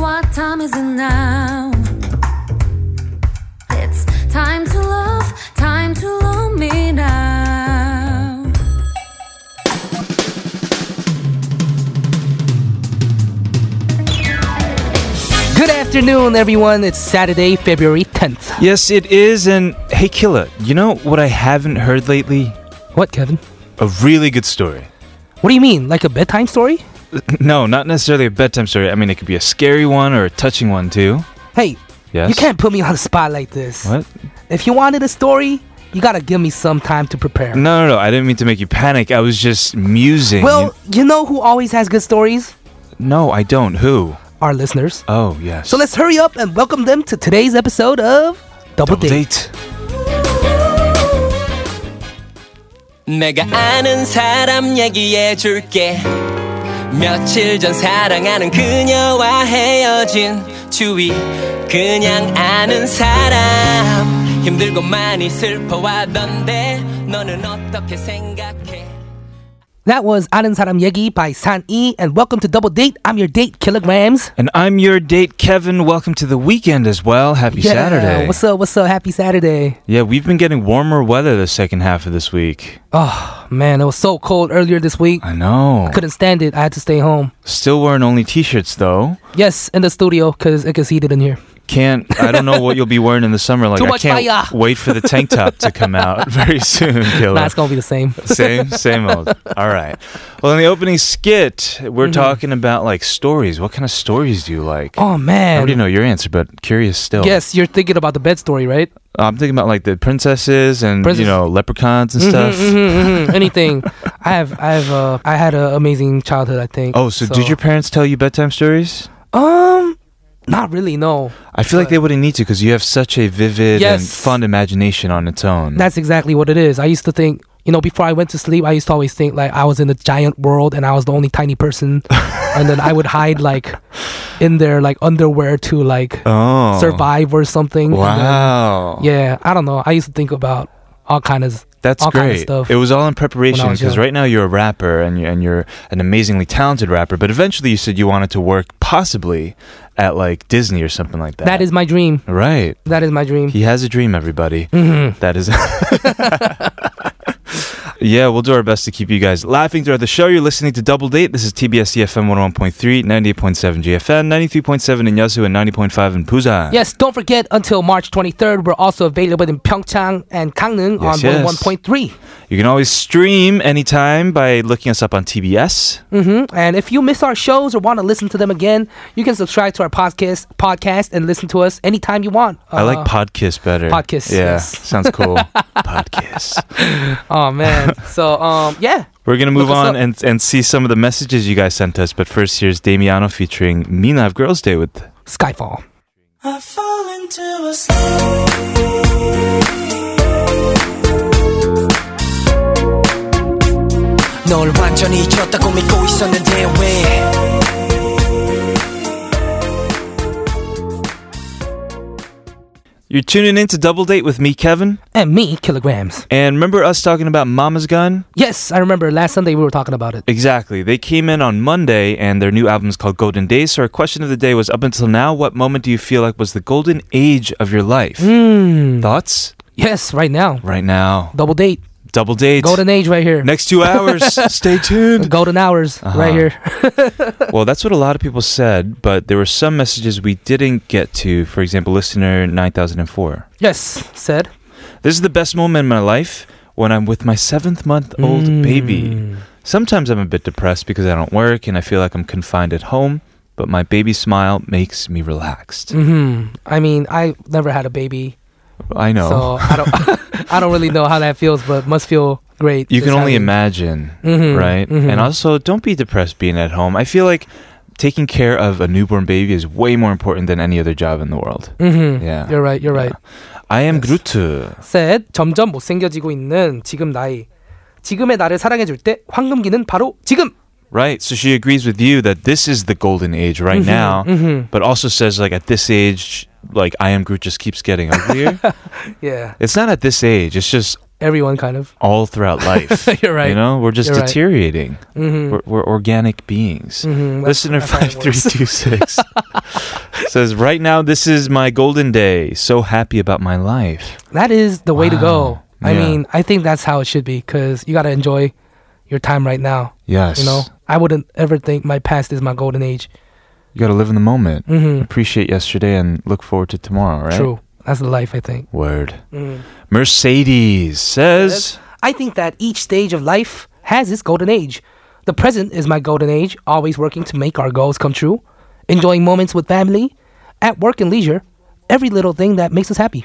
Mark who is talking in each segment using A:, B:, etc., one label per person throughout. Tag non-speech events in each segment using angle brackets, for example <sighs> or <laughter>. A: what time is it now? It's time to love, time to love me now.
B: Good afternoon, everyone. It's Saturday, February 10th.
C: Yes, it is. And hey, Killa, you know what I haven't heard lately?
B: What, Kevin?
C: A really good story.
B: What do you mean? Like a bedtime story?
C: <laughs> No, not necessarily a bedtime story. I mean, it could be a scary one or a touching one, too.
B: Hey,
C: Yes.
B: you can't put me on the spot like this.
C: What?
B: If you wanted a story, you gotta give me some time to prepare.
C: No, no, no. I didn't mean to make you panic. I was just musing.
B: Well, you know who always has good stories?
C: no, I don't. Who?
B: Our listeners.
C: Oh, yes.
B: So let's hurry up and welcome them to today's episode of Double,
C: Double
B: Date.
C: date.
D: 내가 아는 사람 얘기해 줄게 며칠 전 사랑하는 그녀와 헤어진 주위 그냥 아는 사람 힘들고 많이 슬퍼하던데 너는 어떻게 생각해
B: That was 아는 사람 얘기 by San E, and welcome to Double Date. I'm your date, Kilograms.
C: And I'm your date, Kevin. Welcome to the weekend as well. Happy Saturday.
B: What's up? What's up? Happy Saturday.
C: yeah, we've been getting warmer weather the second half of this week.
B: Oh man, it was so cold earlier this week.
C: I know.
B: Couldn't stand it. I had to stay home.
C: Still wearing only t shirts, though.
B: Yes, in the studio because it gets heated in here.
C: Can't I don't know what you'll be wearing in the summer. Like
B: Too
C: I
B: much
C: can't
B: fire.
C: wait for the tank top to come out
B: <laughs>
C: very soon. Killer.
B: Nah, it's gonna be the same.
C: same, same
B: <laughs>
C: old. All right. Well, in the opening skit, we're talking about like stories. What kind of stories do you like?
B: Mm-hmm. Oh
C: I already
B: man.
C: know your answer, but curious still.
B: Yes, you're thinking about the bed story, right?
C: I'm thinking about like the princesses and
B: Princess-
C: you know leprechauns and stuff.
B: Mhm, mhm,
C: <laughs>
B: Anything. I have, I have, uh, I had an amazing childhood. I think.
C: Oh, so, did your parents tell you bedtime stories?
B: Um, not really. No,
C: I feel like they wouldn't need to because you have such a vivid and
B: Yes.
C: fun imagination on its own.
B: that's exactly what it is. I used to think. You know, before I went to sleep, I used to always think like I was in a giant world and I was the only tiny
C: <laughs>
B: person, and then I would hide like in their like underwear to like
C: oh,
B: survive or something. and then-
C: Wow.
B: yeah, I don't know. I used to think about all kind of
C: That's
B: all kind of
C: great.
B: stuff.
C: It was all in preparation
B: when I was
C: because
B: young.
C: right now you're a rapper and you and you're an amazingly talented rapper. But eventually, you said you wanted to work possibly at like Disney or something like that.
B: that is my dream.
C: right.
B: That is my dream.
C: He has a dream, everybody.
B: Mhm.
C: That is. <laughs> yeah, we'll do our best to keep you guys laughing throughout the show. You're listening to Double Date. This is TBS EFM 101.3, 98.7 GFN, 93.7 in Yasu, and 90.5 in Busan.
B: Yes, don't forget until March 23rd, we're also available in Pyeongchang and Gangneung
C: Yes,
B: on
C: yes.
B: 101.3.
C: You can always stream anytime by looking us up on TBS.
B: Mm-hmm. And if you miss our shows or want to listen to them again, you can subscribe to our podcast podcast and listen to us anytime you want.
C: I
B: Uh,
C: like Podkiss better.
B: Podkiss,
C: Yeah.
B: yes.
C: Sounds
B: <laughs>
C: cool. Podkiss.
B: Oh
C: <laughs>
B: man. so um yeah.
C: We're going to move
B: Look us
C: on
B: up.
C: and, and see some of the messages you guys sent us. But first, here's Damiano featuring Mina of Girls Day with
B: Skyfall.
D: 널 완전히 잊었다고 믿고 있었는데 왜
C: You're tuning in to Double Date with me, Kevin.
B: And me, kilograms.
C: And remember us talking about Mama's Gun?
B: Yes, I remember last Sunday we were talking about it.
C: Exactly. They came in on Monday and their new album is called Golden Days. So, our question of the day was up until now, what moment do you feel like was the golden age of your life?
B: Hmm.
C: Thoughts?
B: Yes, right now.
C: Right now.
B: Double date.
C: Double date.
B: Golden age right here.
C: Next Uh-huh. two
B: <laughs>
C: hours. Stay tuned.
B: Golden hours right here. <laughs>
C: Well, that's what a lot of people said, but there were some messages we didn't get to. For example, listener 9004.
B: yes, said.
C: This is the best moment in my life when I'm with my seventh month old
B: Hmm.
C: baby.
B: Mm-hmm.
C: Sometimes I'm a bit depressed because I don't work and I feel like I'm confined at home, but my baby smile makes me relaxed.
B: Mm-hmm. I mean, I never had a baby,
C: I know.
B: so I don't, <laughs> I don't really know how that feels, but must feel great.
C: you can only imagine,
B: Mhm,
C: right?
B: mhm.
C: And also, don't be depressed being at home. I feel like taking care of a newborn baby is way more important than any other job in the world.
B: Mm-hmm.
C: Yeah.
B: You're right. You're right.
C: I am
B: Yes.
C: Groot.
B: said 점점 못생겨지고 있는 지금 나이. 지금의 나를 사랑해줄 때 황금기는 바로 지금.
C: Right. So she agrees with you that this is the golden age
B: Mm-hmm.
C: right now, but also says like at this age, like I am Groot just keeps getting uglier.
B: <laughs> Yeah.
C: it's not at this age. It's just
B: Everyone kind
C: <laughs>
B: of.
C: all throughout life.
B: You're <laughs> right.
C: You know, we're just
B: You're right.
C: deteriorating.
B: Mm-hmm.
C: We're, we're organic beings.
B: Mhm, that's-
C: Listener
B: that's how it <laughs>
C: five three
B: works.
C: two six. Says, right now, this is my golden day. So happy about my life.
B: That is the way to go.
C: Wow.
B: I
C: Yeah.
B: mean, I think that's how it should be because you got to enjoy your time right now.
C: Yes.
B: You know, I wouldn't ever think my past is my golden age.
C: You got to live in the moment.
B: hmm
C: Appreciate yesterday and look forward to tomorrow, right?
B: True. That's the life, I think.
C: Word.
B: Mhm.
C: Mercedes says,
B: I think that each stage of life has its golden age. The present is my golden age, always working to make our goals come true, enjoying moments with family, at work and leisure, every little thing that makes us happy.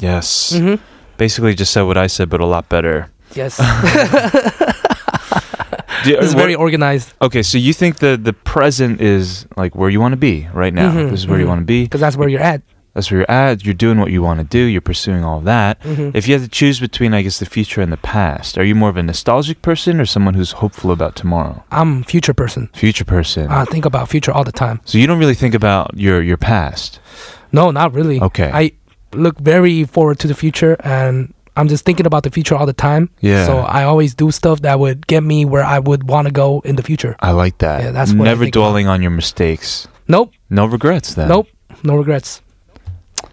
C: yes.
B: Mhm.
C: Basically, just said what I said, but a lot better.
B: Yes. <laughs>
C: Do-
B: this is
C: what-
B: very organized
C: okay, so you think the, the present is like where you want to be right now.
B: Mhm,
C: This is where you
B: mhm.
C: want to be.
B: because that's where you're at.
C: That's where you're at. You're doing what you want to do. You're pursuing all of that.
B: Mhm.
C: If you had to choose between, I guess, the future and the past, are you more of a nostalgic person or someone who's hopeful about tomorrow?
B: I'm a future person.
C: Future person.
B: I think about future all the time.
C: so you don't really think about your, your past.
B: No, not really.
C: Okay.
B: I look very forward to the future and I'm just thinking about the future all the time.
C: Yeah.
B: So I always do stuff that would get me where I would want to go in the future.
C: I like that.
B: Yeah, that's what I
C: Never
B: think about.
C: dwelling on your mistakes.
B: Nope.
C: No regrets then.
B: Nope. No regrets.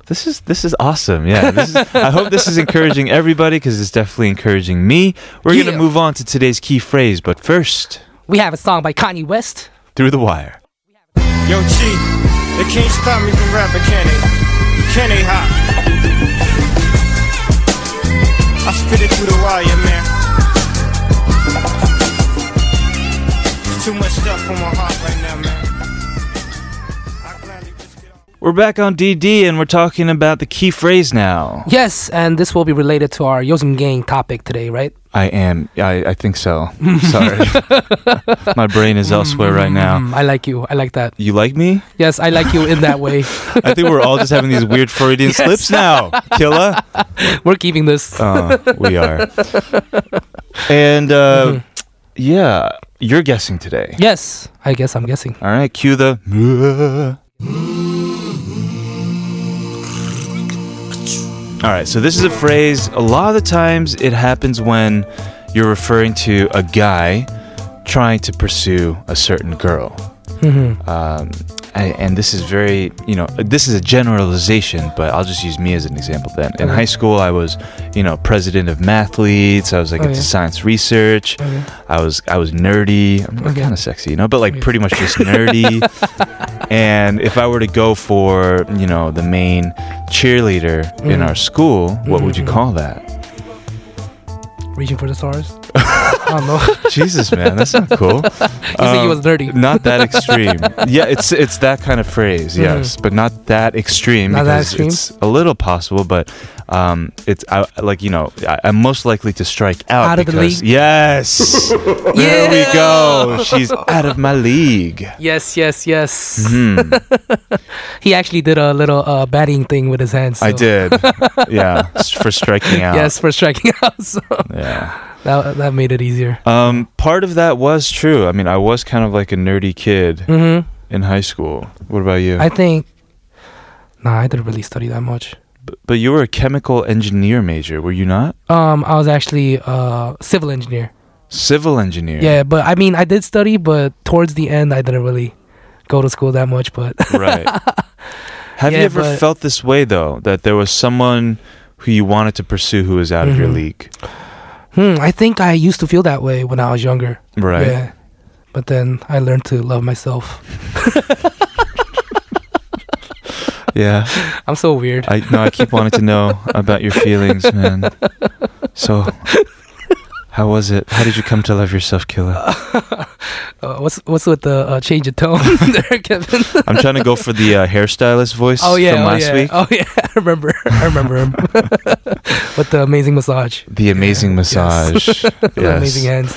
C: This is this is awesome. Yeah. This is, I hope this is encouraging everybody because it's definitely encouraging me. We're gonna
B: Yeah.
C: move on to today's key phrase, but first,
B: We have a song by Kanye West.
C: through the wire.
E: Yo, G, they can't stop me from rapping, can they? Can they hop? I spit it through the wire, man. Too much stuff on my heart right now, man. I gladly risk it all.
C: We're back on DD and we're talking about the key phrase now.
B: Yes, and this will be related to our Yosem Gang topic today, right?
C: I am. I, I think so. <laughs> Sorry. My brain is elsewhere right now.
B: Mm, I like you. I like that.
C: You like me?
B: Yes, I like you in that way.
C: I think we're all just having these weird Freudian slips now. Killa?
B: <laughs> We're keeping this.
C: Uh, we are. <laughs> And uh, yeah, you're guessing today.
B: Yes, I guess I'm guessing.
C: All right, cue the. All right, so this is a phrase. A lot of the times it happens when you're referring to a guy trying to pursue a certain girl.
B: Mm-hmm.
C: Um, and, and this is very, you know, this is a generalization, but I'll just use me as an example then. In
B: Okay.
C: high school, I was, you know, president of mathletes. I was like
B: Oh, yeah.
C: into
B: Oh,
C: science research.
B: Okay.
C: I was I was nerdy. I'm
B: Okay.
C: kind of sexy, you know, but like
B: Yeah.
C: pretty much
B: <laughs>
C: just nerdy. and if I were to go for you know the main cheerleader in
B: Mhm.
C: our school, what would you
B: Mhm, mhm.
C: call that?
B: Reaching for the stars. I don't know. <laughs> you
C: Jesus, man, that's not cool. you
B: said <laughs> you was
C: Um,
B: dirty.
C: Not that extreme. yeah, it's it's that kind of phrase, yes, but not that extreme
B: Mm-hmm. Not that
C: because
B: extreme?
C: it's a little possible, but um, it's I, like you know I, I'm most likely to strike out.
B: Out of the
C: because-
B: league?
C: Yes, there we
B: <laughs>
C: go. She's out of my league.
B: Yes, yes, yes.
C: Hmm.
B: He actually did a little uh, batting thing with his hands.
C: I
B: so-
C: did.
B: <laughs>
C: yeah, s- for striking out.
B: Yes, for striking <laughs> out. So
C: Yeah.
B: that, that made it easier.
C: Um, part of that was true. I mean, I was kind of like a nerdy kid
B: hmm
C: in high school. What about you?
B: I think. Nah, I didn't really study that much.
C: B- but you were a chemical engineer major, were you not?
B: Um, I was actually uh civil engineer.
C: Civil engineer.
B: Yeah, but I mean, I did study, but towards the end, I didn't really go to school that much. But <laughs>
C: <laughs> Right. Have you
B: Yeah,
C: ever
B: but-
C: felt this way though, that there was someone who you wanted to pursue who was out of your
B: Mhm.
C: league?
B: hmm, I think I used to feel that way when I was younger.
C: Right.
B: Yeah. But then I learned to love myself.
C: <laughs> yeah.
B: I'm so weird.
C: I no, I keep wanting to know about your feelings, man. So how was it? How did you come to love yourself, Killer?
B: Uh, what's what's with the uh, change of tone <laughs> there,
C: <laughs>
B: Kevin?
C: I'm trying to go for the uh, hairstylist voice
B: Oh yeah,
C: from
B: oh,
C: last
B: yeah.
C: week.
B: Oh yeah, <laughs> I remember. I remember him <laughs> with the amazing massage,
C: The amazing
B: <laughs>
C: massage. Yes.
B: the amazing hands.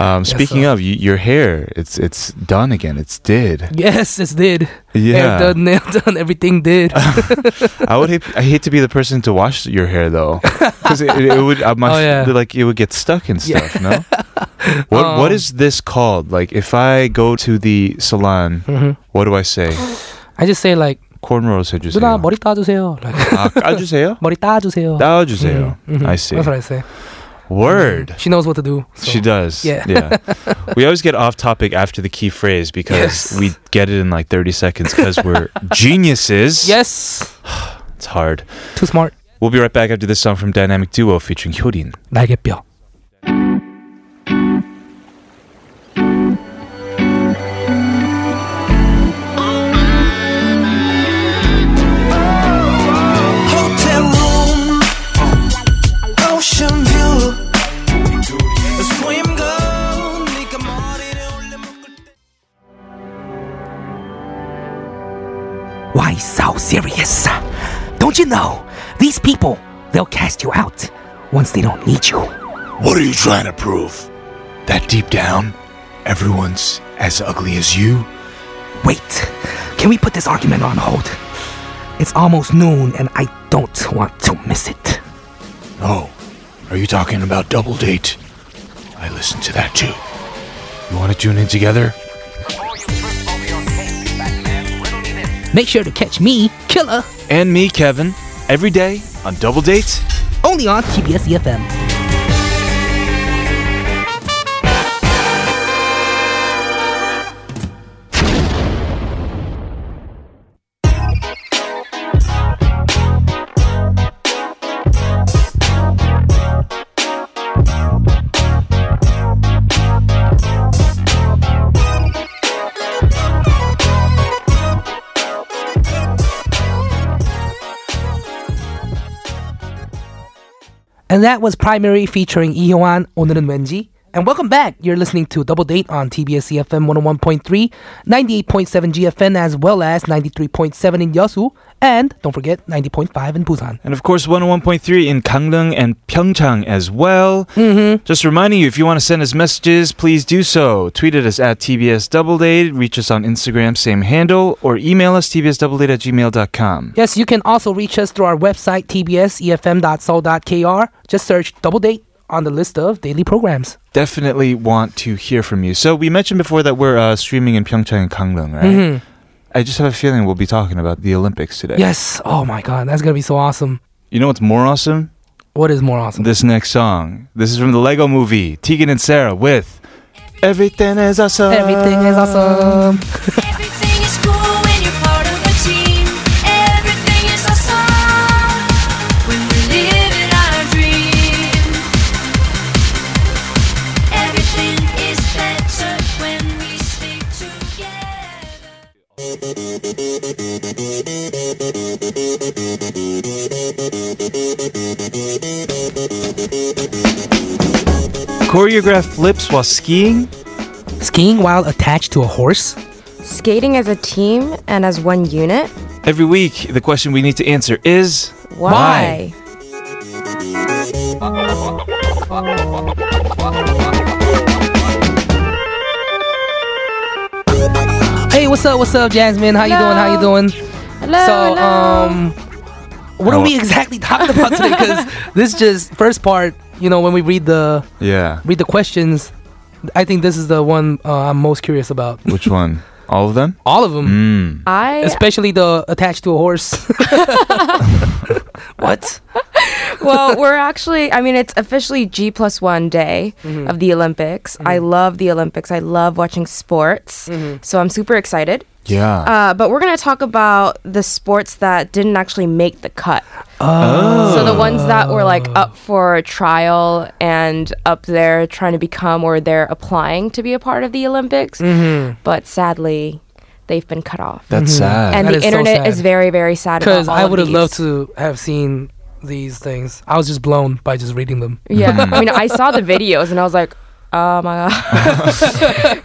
C: Um, speaking
B: so-
C: of you, your hair, it's it's done again. It's did.
B: Yes, it did. Hair
C: Yeah.
B: done, <laughs> nail done, everything did.
C: <laughs> I would. Hate, I hate to be the person to wash your hair
B: <laughs>
C: though, because it, it would. I must,
B: Oh, yeah.
C: Like it would get stuck and
B: Yeah. <laughs>
C: stuff. No. What What
B: Um,
C: is this called? Like if I go to the salon,
B: Mhm.
C: what do I say?
B: I just say like, ah,
C: Cornrows 해주세요.
B: 누나 머리 따주세요. Like, <laughs>
C: 아, 까주세요?
B: 머리 따주세요.
C: 따주세요.
B: Mhm, mhm.
C: Ah, I see.
B: That's what I say.
C: Word.
B: She knows what to do. so.
C: She does.
B: Yeah.
C: yeah. We always get off topic after the key phrase
B: Yes.
C: because we get it in like 30 seconds because
B: <laughs>
C: we're geniuses.
B: Yes.
C: It's hard.
B: Too smart.
C: We'll be right back after this song from Dynamic Duo featuring Hyorin.
B: 날개뼈.
D: Hotel room, ocean view. Swim girl, 네가 머리를 올려 묶을 때.
B: Why so serious? Don't you know? These people, they'll cast you out once they don't need you.
F: What are you trying to prove? That deep down, everyone's as ugly as you?
B: Wait, can we put this argument on hold? It's almost noon and I don't want to miss it.
F: Oh, are you talking about Double Date? I listen to that too. You want to tune in together?
B: Make sure to catch me, Killer,
C: And me, Kevin, every day on Double Date.
B: only on TBS EFM. And that was Primary featuring Ihoan, 오늘은 왠지. And welcome back. You're listening to Double Date on TBS EFM 101.3, 98.7 GFN, as well as 93.7 in Yeosu, and don't forget 90.5 in Busan.
C: And of course, 101.3 in Gangneung and Pyeongchang as well. Mm-hmm. Just reminding you, if you want to send us messages, please do so. Tweet at us at TBS Double Date, reach us on Instagram, same handle, or email us tbsdoubledate at gmail.com.
B: Yes, you can also reach us through our website, e tbsefm.soul.kr. Just search Double Date on the list of daily programs.
C: Definitely want to hear from you. So we mentioned before that we're uh, streaming in Pyeongchang and Gangneung, right? I just have a feeling we'll be talking about the Olympics today.
B: Yes. Oh my God, that's going to be so awesome.
C: You know what's more awesome?
B: What is more awesome?
C: This next song. This is from the Lego movie, Tegan and Sarah with Everything is awesome.
B: Everything is awesome.
A: Everything is cool when you're part of a team. Everything is awesome when we're living our dream. Everything is better when we stay together.
C: Choreographed flips while skiing?
B: Skiing while attached to a horse?
G: Skating as a team and as one unit?
C: Every week, the question we need to answer is
G: Why?
B: Hey, what's up? What's up, Jasmine? How you doing? How you doing?
G: Hello,
B: so,
G: hello.
B: um, <laughs> what are
C: Hello.
B: we exactly talking about today?
G: <laughs>
B: Because this just first part, you know, when we read the
C: Yeah.
B: read the questions, I think this is the one uh, I'm most curious about. <laughs>
C: Which one? All of <laughs> them?
B: All of them.
C: Mm.
G: I
B: especially the attached to a horse. <laughs> what?
G: well, we're actually. I mean, it's officially G plus one day
B: Mm-hmm.
G: of the Olympics. I love the Olympics. I love watching sports,
B: Mm-hmm.
G: so I'm super excited.
C: Yeah.
G: Uh, but we're gonna talk about the sports that didn't actually make the cut.
C: oh.
G: So the ones that were like up for trial and up there trying to become or they're applying to be a part of the Olympics,
B: Mm-hmm.
G: but sadly, they've been cut off.
C: That's sad.
G: and
B: That
G: the
B: is so
G: internet
B: sad.
G: is very, very sad.
B: Because
G: Because
B: I would have loved to have seen these things. I was just blown by just reading them. <laughs>
G: Yeah, I mean, I saw the videos and I was like, oh my god.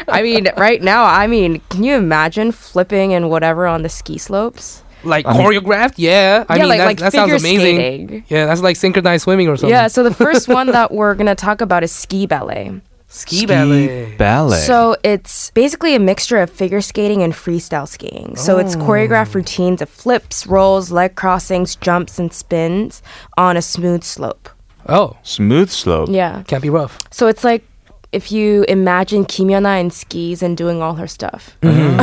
G: <laughs> I mean, right now, I mean, can you imagine flipping and whatever on the ski slopes?
B: Like
C: I mean-
B: choreographed, yeah. I
G: Yeah,
B: mean,
G: like-
B: that,
G: like
B: that sounds
G: figure
B: amazing.
G: skating.
B: Yeah, that's like synchronized swimming or something.
G: Yeah. So the first one that we're gonna talk about is ski ballet.
B: ski, ballet.
C: Ballet.
G: So it's basically a mixture of figure skating and freestyle skiing. So it's
B: Oh.
G: choreographed routines of flips, rolls, leg crossings, jumps, and spins on a smooth slope.
B: oh,
C: Smooth slope.
G: Yeah.
B: can't be rough.
G: So it's like if you imagine
B: Hmm.
G: Kimyona in skis and doing all her stuff.
B: Oh,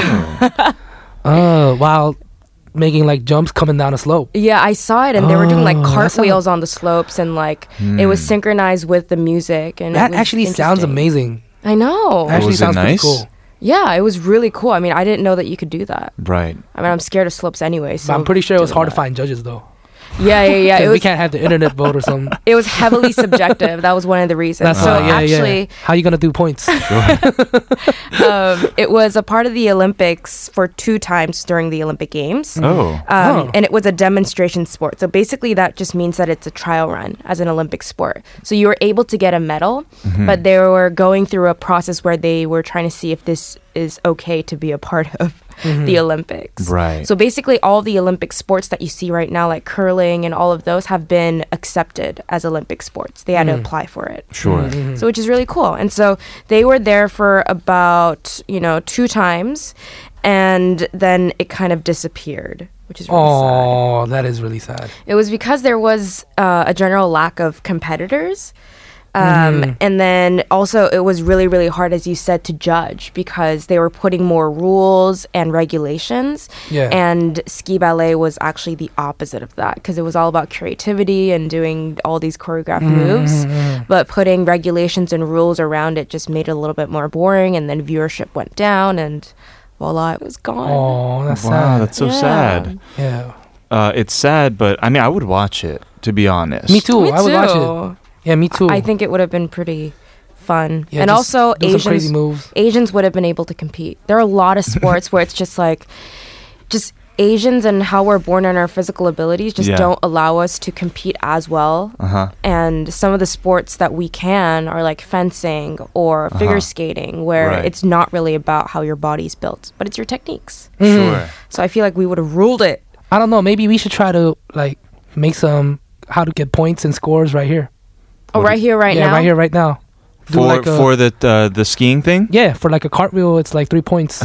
B: Uh, while making like jumps coming down a slope.
G: Yeah, I saw it, and they were doing like
B: Oh, that sounds-
G: cartwheels on the slopes, and like it was synchronized with the music. And it
B: That
G: was
B: actually sounds
G: interesting.
B: amazing.
G: I know.
B: Actually,
C: Oh, was it
B: sounds pretty
C: nice?
B: cool.
G: yeah, it was really cool. I mean, I didn't know that you could do that.
C: Right.
G: I mean, I'm scared of slopes anyway. So
B: But I'm pretty sure it was
G: doing
B: hard to
G: that.
B: find judges though. <laughs>
G: Yeah, yeah, yeah.
B: 'Cause
G: It
B: we
G: was
B: can't have the internet vote or something.
G: <laughs> it was
B: <laughs>
G: heavily subjective. That was one of the reasons.
B: That's
G: so
B: all. Yeah,
G: actually,
B: yeah. How you gonna do
G: <laughs>
B: points?
G: um, it was a part of the Olympics for two times during the Olympic Games.
C: Oh.
G: Um,
B: Oh.
G: And it was a demonstration sport. So basically, that just means that it's a trial run as an Olympic sport. So you were able to get a medal, but they were going through a process where they were trying to see if this is okay to be a part of the Olympics.
C: Right.
G: So basically, all the Olympic sports that you see right now, like curling and all of those, have been accepted as Olympic sports. They had to apply for it.
C: Sure.
G: So which is really cool. And so they were there for about, you know, two times and then it kind of disappeared, which is really sad.
B: oh, that is really sad.
G: It was because there was uh, a general lack of competitors. Um,
B: Mm-hmm.
G: And then also, it was really, really hard, as you said, to judge because they were putting more rules and regulations.
B: Yeah.
G: And ski ballet was actually the opposite of that because it was all about creativity and doing all these choreographed
B: Mm-hmm,
G: moves. But putting regulations and rules around it just made it a little bit more boring. And then viewership went down, and voila, it was gone.
B: Oh, that's
C: Wow,
B: sad.
C: that's so
G: Yeah.
C: sad.
B: yeah.
C: Uh, it's sad, but I mean, I would watch it to be honest.
B: Me too.
G: Me
B: I would watch
G: too.
B: it. Yeah, me too.
G: I think it would have been pretty fun.
B: Yeah,
G: and
B: just
G: also
B: do some
G: Asians
B: crazy moves.
G: Asians would have been able to compete. There are a
B: <laughs>
G: lot of sports where it's just like just Asians and how we're born and our physical abilities just
C: Yeah.
G: don't allow us to compete as well.
C: Uh-huh.
G: And some of the sports that we can are like fencing or
B: Uh-huh.
G: figure skating where
C: Right.
G: it's not really about how your body's built, but it's your techniques.
C: Sure.
B: Mm-hmm.
G: So I feel like we would have ruled it.
B: I don't know. Maybe we should try to like make some how to get points and scores right here.
G: Oh, right here, right
B: yeah,
G: now.
B: right here, right now. Do
C: For
B: like a-
C: for the uh, the skiing thing.
B: yeah, for like a cartwheel, it's like three
C: <laughs>
B: points.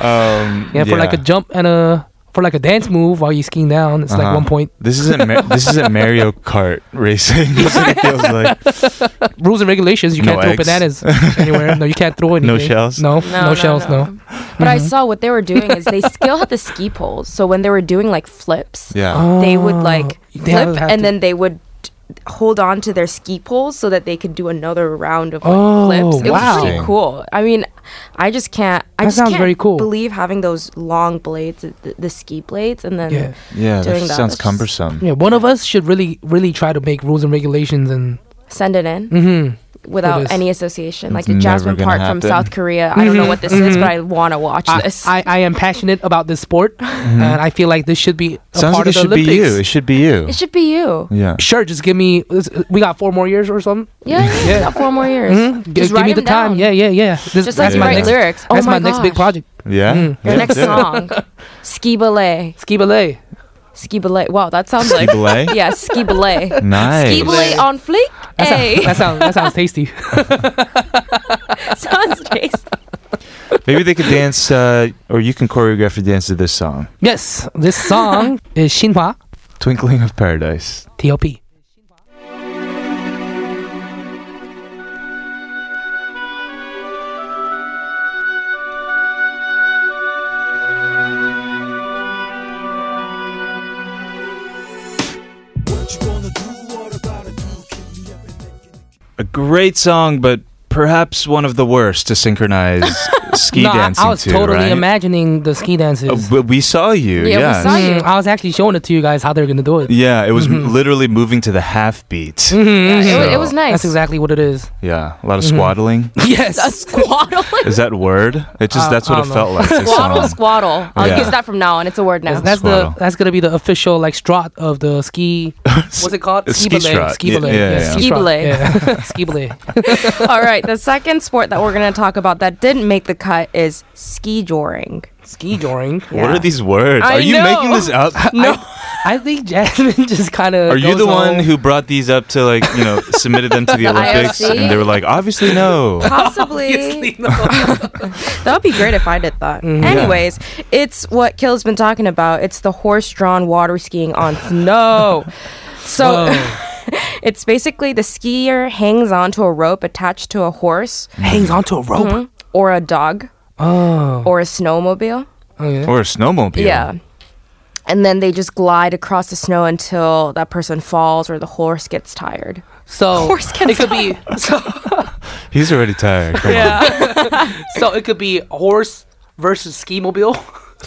C: Um,
B: <laughs> Yeah, for like a jump and a for like a dance move while you skiing down, it's like
C: Uh-huh.
B: one point.
C: This isn't
B: <laughs>
C: Mar- this isn't Mario Kart racing. <laughs> This is what it feels like.
B: Rules and regulations. You
C: No
B: can't throw
C: eggs. <laughs>
B: bananas anywhere. No, you can't throw anything.
C: shells?
B: No, no, shells. No. Mm-hmm.
G: But I saw what they were doing is
B: <laughs>
G: they still had the ski poles. So when they were doing like flips,
C: Yeah.
G: they would like
B: Oh, they
G: flip
B: have
G: and
B: to-
G: then they would hold on to their ski poles so that they could do another round of like,
B: Oh,
G: flips. It was
C: wow.
G: pretty cool. I mean, I just can't. I
B: That
G: just
B: sounds
G: can't
B: very cool.
G: Believe having those long blades, the, the ski blades, and then
B: Yeah.
C: Yeah, that
G: doing that,
C: sounds
G: that's just-
C: cumbersome.
B: Yeah, one of us should really, really try to make rules and regulations and.
G: send it in
B: Mm-hmm.
G: without
B: this.
G: any association. Like
C: It's
G: the Jasmine
C: never gonna
G: Park from
C: happen.
G: South Korea. I don't know what this is, but I want to watch
B: Mm-hmm. I,
G: this.
B: I, I am passionate about this
G: <laughs>
B: sport, and I feel like this should be a
C: Mm-hmm. Sounds
B: part
C: like it
B: of the
C: should
B: Olympics.
C: be you. It should be you.
G: it should be you.
C: yeah.
B: Sure, just give me. We got four more years or something.
G: Yeah,
B: <laughs> Yeah.
G: yeah. we got four more years.
B: Mhm. G-
G: Just
B: give
G: write
B: me the
G: 'em
B: time. Yeah,
G: down.
B: yeah, yeah. This,
G: Just like
C: you write
B: next,
G: lyrics. Oh
B: that's
G: my
B: my, next big
G: gosh.
B: project.
C: Yeah.
G: Your
B: Mm.
C: Yeah,
G: next
C: do it.
G: song, Ski Ballet.
B: Ski ballet.
G: Ski Ballet. Wow, that sounds like.
C: Belay?
G: Yeah, Ski Ballet.
C: Nice.
G: Ski Ballet on fleek. Hey,
B: That sounds that sounds
G: <laughs>
B: tasty.
G: sounds tasty.
C: Maybe they could dance, uh, or you can choreograph a dance to this song,
B: yes, this song is Xinhua
C: "Twinkling of Paradise."
B: T.O.P.
C: A great song, but perhaps one of the worst to
B: <laughs>
C: synchronize ski
B: no, I-
C: dancing
B: I, was
C: to.
B: totally
C: right?
B: imagining the ski dances.
C: Uh, but we saw you.
G: Yeah, we
C: yes.
G: saw you.
B: Mm, I was actually showing it to you guys how they're gonna do it.
C: Yeah, it was
B: Mm-hmm.
C: literally moving to the half beat. <laughs>
G: Yeah, it,
C: So-
G: wa- it was nice.
B: That's exactly what it is.
C: Yeah, a lot
B: Mm-hmm.
C: of squaddling.
G: A
B: Yes.
G: squaddle.
C: Is that a word? It just
B: Uh,
C: that's what
B: I
C: it
B: don't
C: felt like. this
G: Squaddle,
C: song.
G: squaddle. I'll
C: Yeah.
G: use that from now on. It's a word now.
B: That's, that's the
C: Swaddle.
B: that's gonna be the official like strut of the ski. What's it called?
C: Ski strut.
B: Ski
C: Yeah,
B: ballet.
C: yeah, yeah.
B: ski
G: Ski
B: strut.
G: ballet.
B: Yeah. ski ballet.
G: All right, the second sport that we're going to talk about that didn't make the cut is ski joring.
B: Ski joring.
C: What are these words?
G: I
C: Are you
G: know.
C: making this up?
B: No, I, I think Jasmine <laughs> just kind of.
C: Are you the one who brought these up to like you
G: <laughs>
C: know submitted them to the Olympics
G: IOC?
C: and they were like <laughs> obviously
G: <laughs>
C: no.
G: Possibly.
C: <laughs>
G: <laughs> That would be great if I did that.
C: Mm-hmm.
G: Anyways, it's what Kill's been talking about. It's the horse drawn water skiing on
C: <laughs>
G: snow. So
B: Oh.
G: it's basically the skier hangs onto a rope attached to a horse Mm-hmm.
B: hangs onto a rope?
G: or a dog.
B: Oh.
G: or a snowmobile.
B: okay.
C: Or a snowmobile.
G: Yeah. And then they just glide across the snow until that person falls or the horse gets tired.
B: so
G: Horse can
B: it could be <laughs> so,
C: He's already tired. Come
B: so it could be horse versus ski mobile.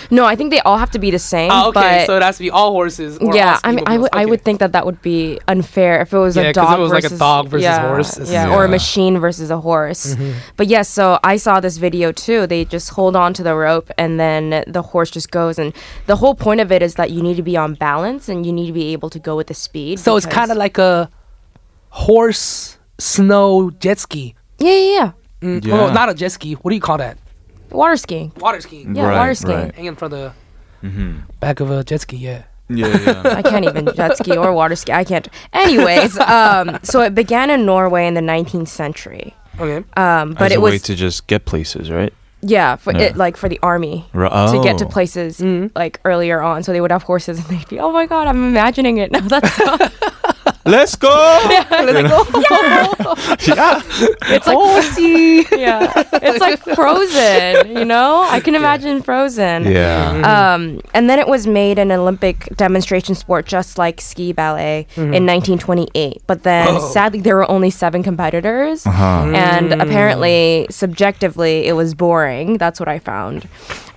G: No, I think they all have to be the same.
B: Ah, okay, <laughs>
G: but
B: so it has to be all horses. Or
G: yeah,
B: all
G: I mean, I
B: skimobiles.
G: would I
B: Okay.
G: would think that that would be unfair if it was
B: Yeah,
G: a
B: 'cause
G: dog
B: if it was like a
G: versus
B: dog versus
G: yeah,
B: horse, it's- Mm-hmm.
G: yeah, or a
C: Yeah.
G: machine versus a horse. But yes, so I saw this video too. They just hold on to the rope and then the horse just goes. And the whole point of it is that you need to be on balance and you need to be able to go with the speed.
B: So it's
G: because-
B: kind of like a horse snow jet ski.
G: yeah, yeah, <laughs>
C: on.
B: Oh, no, not a jet ski. What do you call that?
G: yeah, water skiing.
B: Water ski.
G: Yeah,
C: Right,
G: water skiing. <laughs>
C: right.
B: Hanging from the
C: Mm-hmm.
B: back of a jet ski. Yeah.
C: yeah, yeah.
G: I can't
B: <laughs>
G: even jet ski or water ski. I can't. Anyways, um, so it began in Norway in the 19th century.
B: Okay.
G: Um, but
C: As
G: it
C: a
G: was
C: way to just get places, right?
G: yeah, for
C: Yeah.
G: it like for the army
C: Ru-
G: to get to
C: oh.
G: places like earlier on. So they would have horses and they'd be, oh my god, I'm imagining it <laughs> now. That's so
C: Let's
G: <laughs>
C: go. <laughs>
G: like, oh,
C: yeah.
G: <laughs> it's like horsey. <laughs> yeah, it's like Frozen. You know, I can imagine Frozen.
C: Yeah.
G: Um, and then it was made an Olympic demonstration sport, just like ski ballet, in 1928. But
C: Oh.
G: then, sadly, there were only seven
C: <laughs>
G: competitors, and
B: Mm.
G: apparently, subjectively, it was boring. That's what I found.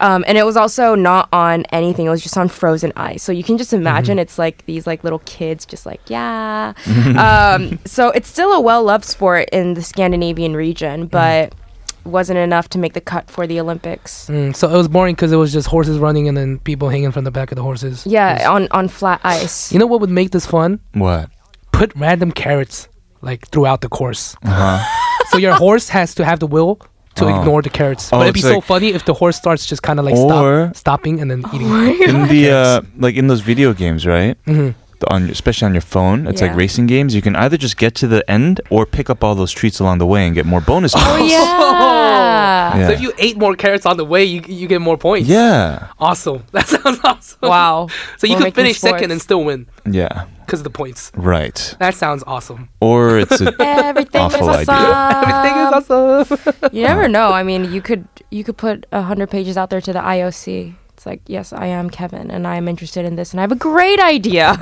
G: Um, and it was also not on anything; it was just on frozen ice. So you can just
B: Mm-hmm.
G: imagine it's like these like little kids, just like yeah.
B: <laughs>
G: um, so it's still a well-loved sport in the Scandinavian region, but wasn't enough to make the cut for the Olympics.
B: Mm, so it was boring because it was just horses running and then people hanging from the back of the horses. It was-
G: Yeah, on on flat ice.
B: You know what would make this fun?
G: <laughs>
C: What?
B: Put random carrots like throughout the course. <laughs> so your horse has to have the will to
C: Uh-huh. Oh.
B: ignore the carrots.
C: Oh,
B: but it'd be
C: it's
B: so
C: like-
B: funny if the horse starts just kind of like
C: Or-
B: stop, stopping and then eating.
G: Oh,
C: In the uh, like in those video games, right?
B: Mhm.
C: The- On especially on your phone, it's like
G: Mm-hmm. Yeah.
C: racing games. You can either just get to the end or pick up all those treats along the way and get more bonus
G: Oh
B: <laughs> Oh.
C: points.
G: yeah.
C: Yeah.
B: So if you ate more carrots on the way, you, you get more points.
C: Yeah.
B: Awesome. <laughs> That sounds awesome.
G: Wow.
B: So you
G: We're
B: could
G: making
B: finish second and
G: sports.
B: still win
C: Yeah.
B: because of the points.
C: Right.
B: That sounds awesome.
C: Or it's a
G: <laughs>
B: <laughs>
G: Everything is
C: Awful idea.
G: awesome.
B: awesome.
G: You never know. I mean, you could you could put a hundred pages out there to the IOC. It's like, yes, I am Kevin, and I am interested in this, and I have a great idea.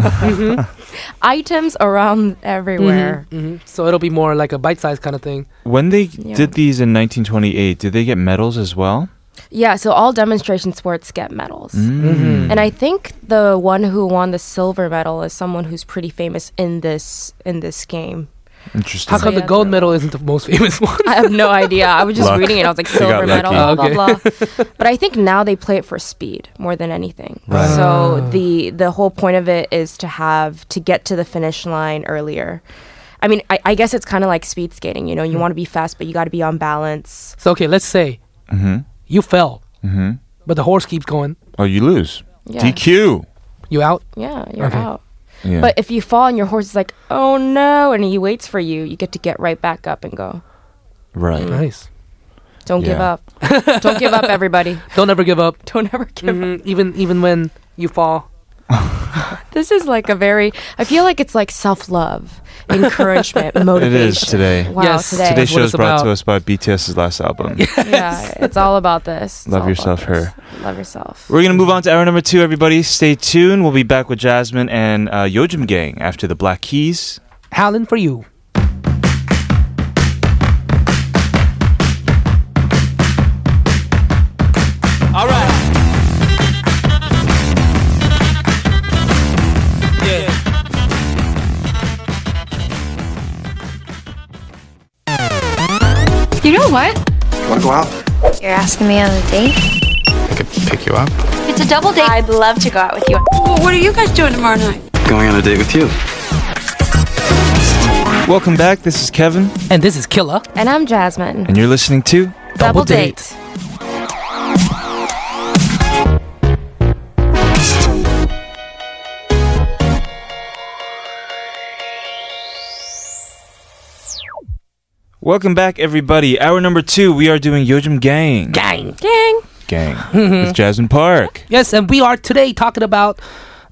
G: <laughs> Items around everywhere.
C: Mm-hmm.
B: Mm-hmm. So it'll be more like a bite-sized kind of thing.
C: When they
G: Yeah.
C: did these in 1928, did they get medals as well?
G: Yeah. So all demonstration sports get medals,
C: Mm.
G: Mm-hmm. and I think the one who won the silver medal is someone who's pretty famous in this in this game.
C: Mm, Interesting.
B: How come
G: yeah,
B: the gold
G: so-
B: medal isn't the most <laughs> famous one?
G: I have no idea. I was just
C: Luck.
G: reading it. I was like,
C: got
G: silver medal, blah,
C: lucky.
G: blah, blah. But I think now they play it for speed more than anything.
C: Right.
G: So the, the whole point of it is to have, to get to the finish line earlier. I mean, I, I guess it's kind of like speed skating. You know, you want to be fast, but you got to be on balance.
B: So okay, let's say you fell, but the horse keeps going.
C: Mm-hmm, Oh, you lose.
G: Yeah.
C: DQ.
B: You out?
G: Yeah, you're
B: Okay.
G: out.
C: Yeah.
G: But if you fall and your horse is like, oh no, and he waits for you, you get to get right back up and go.
C: right.
B: Nice.
G: Don't give
C: Yeah.
G: up. Don't give up, everybody. Mm-hmm.
B: Don't ever give up.
G: <laughs> Don't ever give up.
B: Mhm, Even even when you fall.
G: This is like a very. I feel like it's like self love,
C: <laughs>
G: encouragement,
C: It
G: motivation.
C: is today.
G: Wow,
B: Yes.
G: today.
C: Today's
B: That's what
C: show is
B: it's
C: brought to
B: about.
C: us by BTS's last album.
G: <laughs> Yeah, it's all about this. It's
C: Love
G: all about
C: yourself,
G: this.
C: her.
G: Love yourself.
C: We're going to move on to hour number two, everybody. Stay tuned. We'll be back with Jasmine and uh, Yojim Gang after the Black Keys.
B: <laughs> Howling for you.
C: All right.
H: You know what?
F: Want to go out?
I: You're asking me on a date?
F: I could pick you up.
I: It's a double date. I'd love to go out with you.
H: Well, what are you guys doing tomorrow night?
J: Going on a date with you.
C: Welcome back. This is Kevin,
B: And this is Killa.
G: And I'm Jasmine.
C: and you're listening to.
B: Double
G: date.
B: date.
C: Welcome back, everybody. Hour number two, we are doing Yojim Gang.
B: Gang.
G: Gang.
C: Gang. with Jasmine Park.
B: Yes, and we are today talking about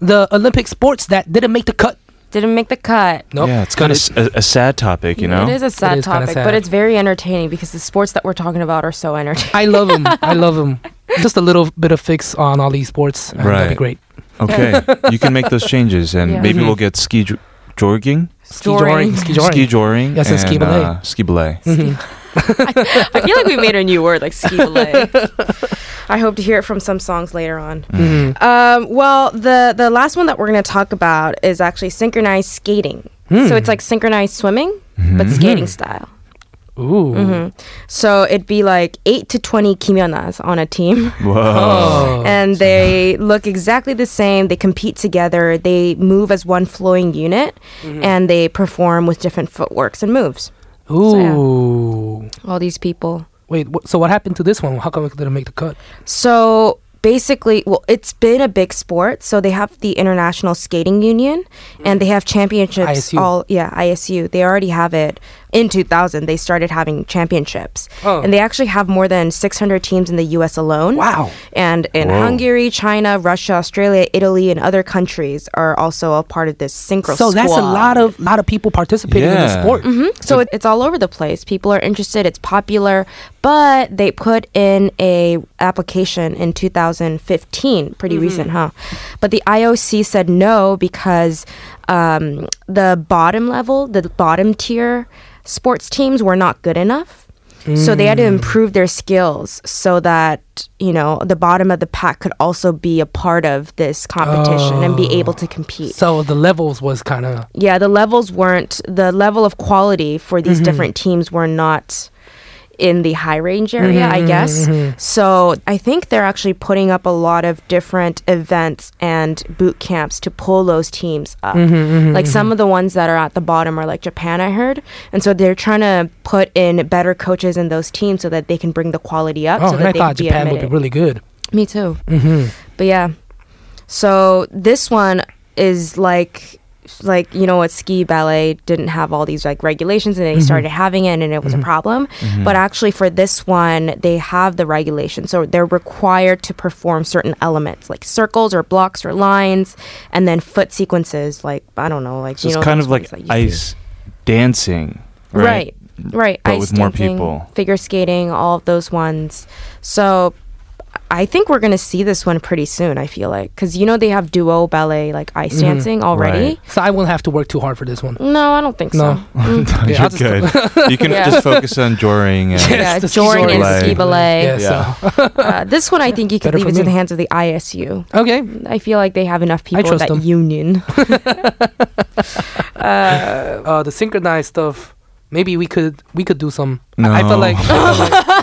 B: the Olympic sports that didn't make the cut.
G: Didn't make the cut.
B: Nope.
C: Yeah, it's kind of a, a sad topic, you know.
G: it is a sad
B: is kinda
G: topic,
B: sad.
G: but it's very entertaining because the sports that we're talking about are so entertaining.
B: <laughs> I love him. I love
C: <laughs>
B: him. Just a little bit of fix on all these sports. and That'd be
C: Right.
B: great.
C: Okay,
B: <laughs>
C: you can make those changes, and
G: Yeah.
C: maybe
B: Mm-hmm.
C: we'll get ski jo- jorging,
B: Ski joring. Ski joring.
C: ski joring,
B: Yes, and ski ballet. Mm-hmm.
C: uh, ski ballet.
G: I feel like we made a new word,
C: <laughs>
G: like ski ballet. I hope to hear it from some songs later on.
C: Hmm.
B: Mhm.
G: Um, well, the the last one that we're going to talk about is actually synchronized skating.
C: Hmm.
G: So it's like synchronized swimming,
C: Mm-hmm.
G: but skating
B: Mm-hmm.
G: style.
B: Ooh.
G: Mm-hmm. So it'd be like eight to twenty kimyonas on a team,
C: Whoa.
B: Oh.
G: <laughs> and they look exactly the same. They compete together. They move as one flowing unit,
B: Mm-hmm.
G: and they perform with different footworks and moves.
B: Ooh.
G: All these people.
B: Wait. Wh- so what happened to this one? How come it didn't make the cut?
G: So basically, well, it's been a big sport. So they have the International Skating Union, and they have championships.
B: ISU.
G: All yeah, ISU. They already have it. In 2000, they started having championships,
B: Oh.
G: and they actually have more than 600 teams in the U.S. alone.
B: Wow.
G: And in
C: Whoa.
G: Hungary, China, Russia, Australia, Italy, and other countries are also a part of this synchro.
B: So that's a
G: squad. Mm-hmm.
B: lot of lot of people participating in the
C: Yeah.
B: sport.
G: So it, it's all over the place. People are interested. It's popular, but they put in a application in 2015. Pretty recent, huh? But the IOC said no because um, the bottom level, the bottom tier sports teams were not good enough. So they had to improve their skills so that you know the bottom of the pack could also be a part of this competition and be able to compete
B: So the levels was kind of
G: yeah the levels weren't the level of quality for these
B: Mm-hmm.
G: different teams were not in the high range
B: Mm-hmm,
G: area i guess so i think they're actually putting up a lot of different events and boot camps to pull those teams up
B: Mm-hmm,
G: like some of the ones that are at the bottom are like japan i heard and so they're trying to put in better coaches in those teams so that they can bring the quality up
B: Oh,
G: so
B: and I
G: that they
B: thought
G: can be
B: Japan would
G: admitted.
B: be really good. Mm-hmm.
G: Me too. But yeah, so this one is like like you know what ski ballet didn't have all these like regulations and they
C: Mm-hmm.
G: started having it and it was a problem but actually for this one they have the regulations so they're required to perform certain elements like circles or blocks or lines and then foot sequences like i don't know like
C: So
G: you
C: it's
G: know
C: kind
G: those
C: of like
G: ones that you see.
C: ice dancing, right?
G: Right. Right.
C: But with more
G: dancing,
C: people.
G: Figure skating, all of those ones. So I think we're going to see this one pretty soon, I feel like. Because, you know, they have duo ballet, like ice
B: Mm-hmm.
G: dancing already.
B: So I won't have to work too hard for this one.
G: No, I don't think
B: No.
G: so.
C: <laughs> You're
B: I'll just-
C: good. you can
B: <laughs>
G: Yeah.
C: just focus on joring. And
G: Yeah,
B: the ski
G: Jorin
B: joring.
G: and ski
C: Ballet.
B: Yeah.
G: ballet.
C: Yeah.
B: So.
G: Uh, this one, I think
B: <laughs>
G: you could
B: Better
G: leave
B: for
G: it to
B: me.
G: the hands of the ISU.
B: <laughs> Okay.
G: I feel like they have enough people in
B: trust
G: that
B: them. <laughs>
G: union.
B: Uh, the synchronized stuff. Maybe we could we could do some. I- I felt like
C: <laughs>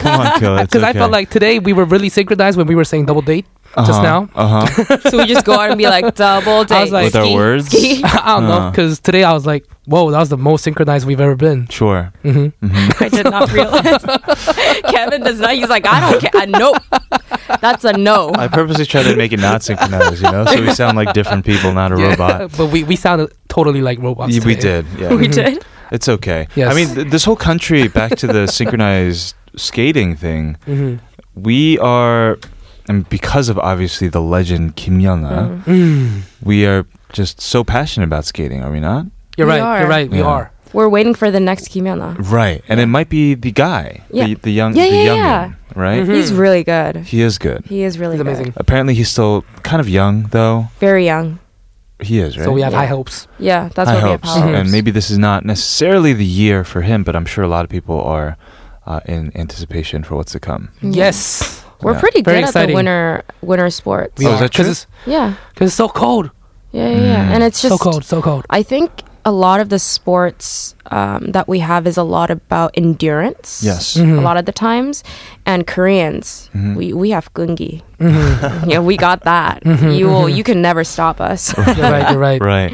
C: Come on, kill it.
B: because I felt like today we were really synchronized when we were saying double date <laughs> just now.
C: Uh huh.
G: so we just go out and be like, double date.
B: I was like-
C: With our words.
B: I don't know
C: Uh.
B: because today I was like, whoa, that was the most synchronized we've ever been. Mm-hmm.
C: Sure.
G: <laughs>
C: Mm-hmm.
B: <laughs>
G: I did not realize. <laughs> Kevin does not. He's like, I don't care. I, nope.
C: <laughs>
G: That's a no.
C: I purposely tried to make it not synchronized, you know, so we sound like different people, not a robot.
B: <laughs> but we we sounded totally like robots.
C: Yeah, we
B: today.
G: <laughs>
C: did. Yeah.
G: We did.
C: <laughs> It's okay.
B: Yes.
C: I mean, th- this whole country back to
G: <laughs>
C: the synchronized skating thing.
B: Mm-hmm.
C: We are, and because of obviously the legend Kim
G: Mm.
C: Yana,
B: Mm.
C: we are just so passionate about skating, are we not?
B: You're
G: We
B: right.
G: are.
B: You're right. We are.
C: Yeah.
G: We're waiting for the next
B: Mm-hmm.
G: Kimyana.
C: Right. And it might be the guy, the,
G: Yeah.
C: the young,
G: Yeah,
C: the
G: yeah,
C: young
G: yeah. Mm-hmm.
C: right?
G: He's really good.
C: He is good.
G: He is
B: He's
G: really
B: amazing.
G: good.
C: Apparently, he's still kind of young, though.
G: Very young.
C: He is, right?
B: So we have high hopes.
G: Yeah, that's
C: High
G: what
C: hopes.
G: we have.
C: And maybe this is not necessarily the year for him, but I'm sure a lot of people are uh, in anticipation for what's to come.
B: Yes.
G: We're
C: Yeah.
G: pretty
B: Very
G: good at
B: exciting.
G: the winter winter sports.
B: We
C: Oh,
B: are.
C: is that
B: 'Cause
C: true?
B: it's-
G: Yeah,
B: Cause it's so cold,
G: yeah, yeah.
C: Mm.
G: yeah. And it's just
B: so cold, so cold.
G: I think a lot of the sports um, that we have is a lot about endurance.
C: Yes.
B: Mm-hmm.
C: Mm-hmm.
G: A lot of the times, and Koreans, we, we have gungi.
B: Mm-hmm.
G: <laughs> yeah, we got
B: <laughs>
G: that. you will, you can never stop us.
B: You're right. You're
C: <laughs>
B: right.
C: Right.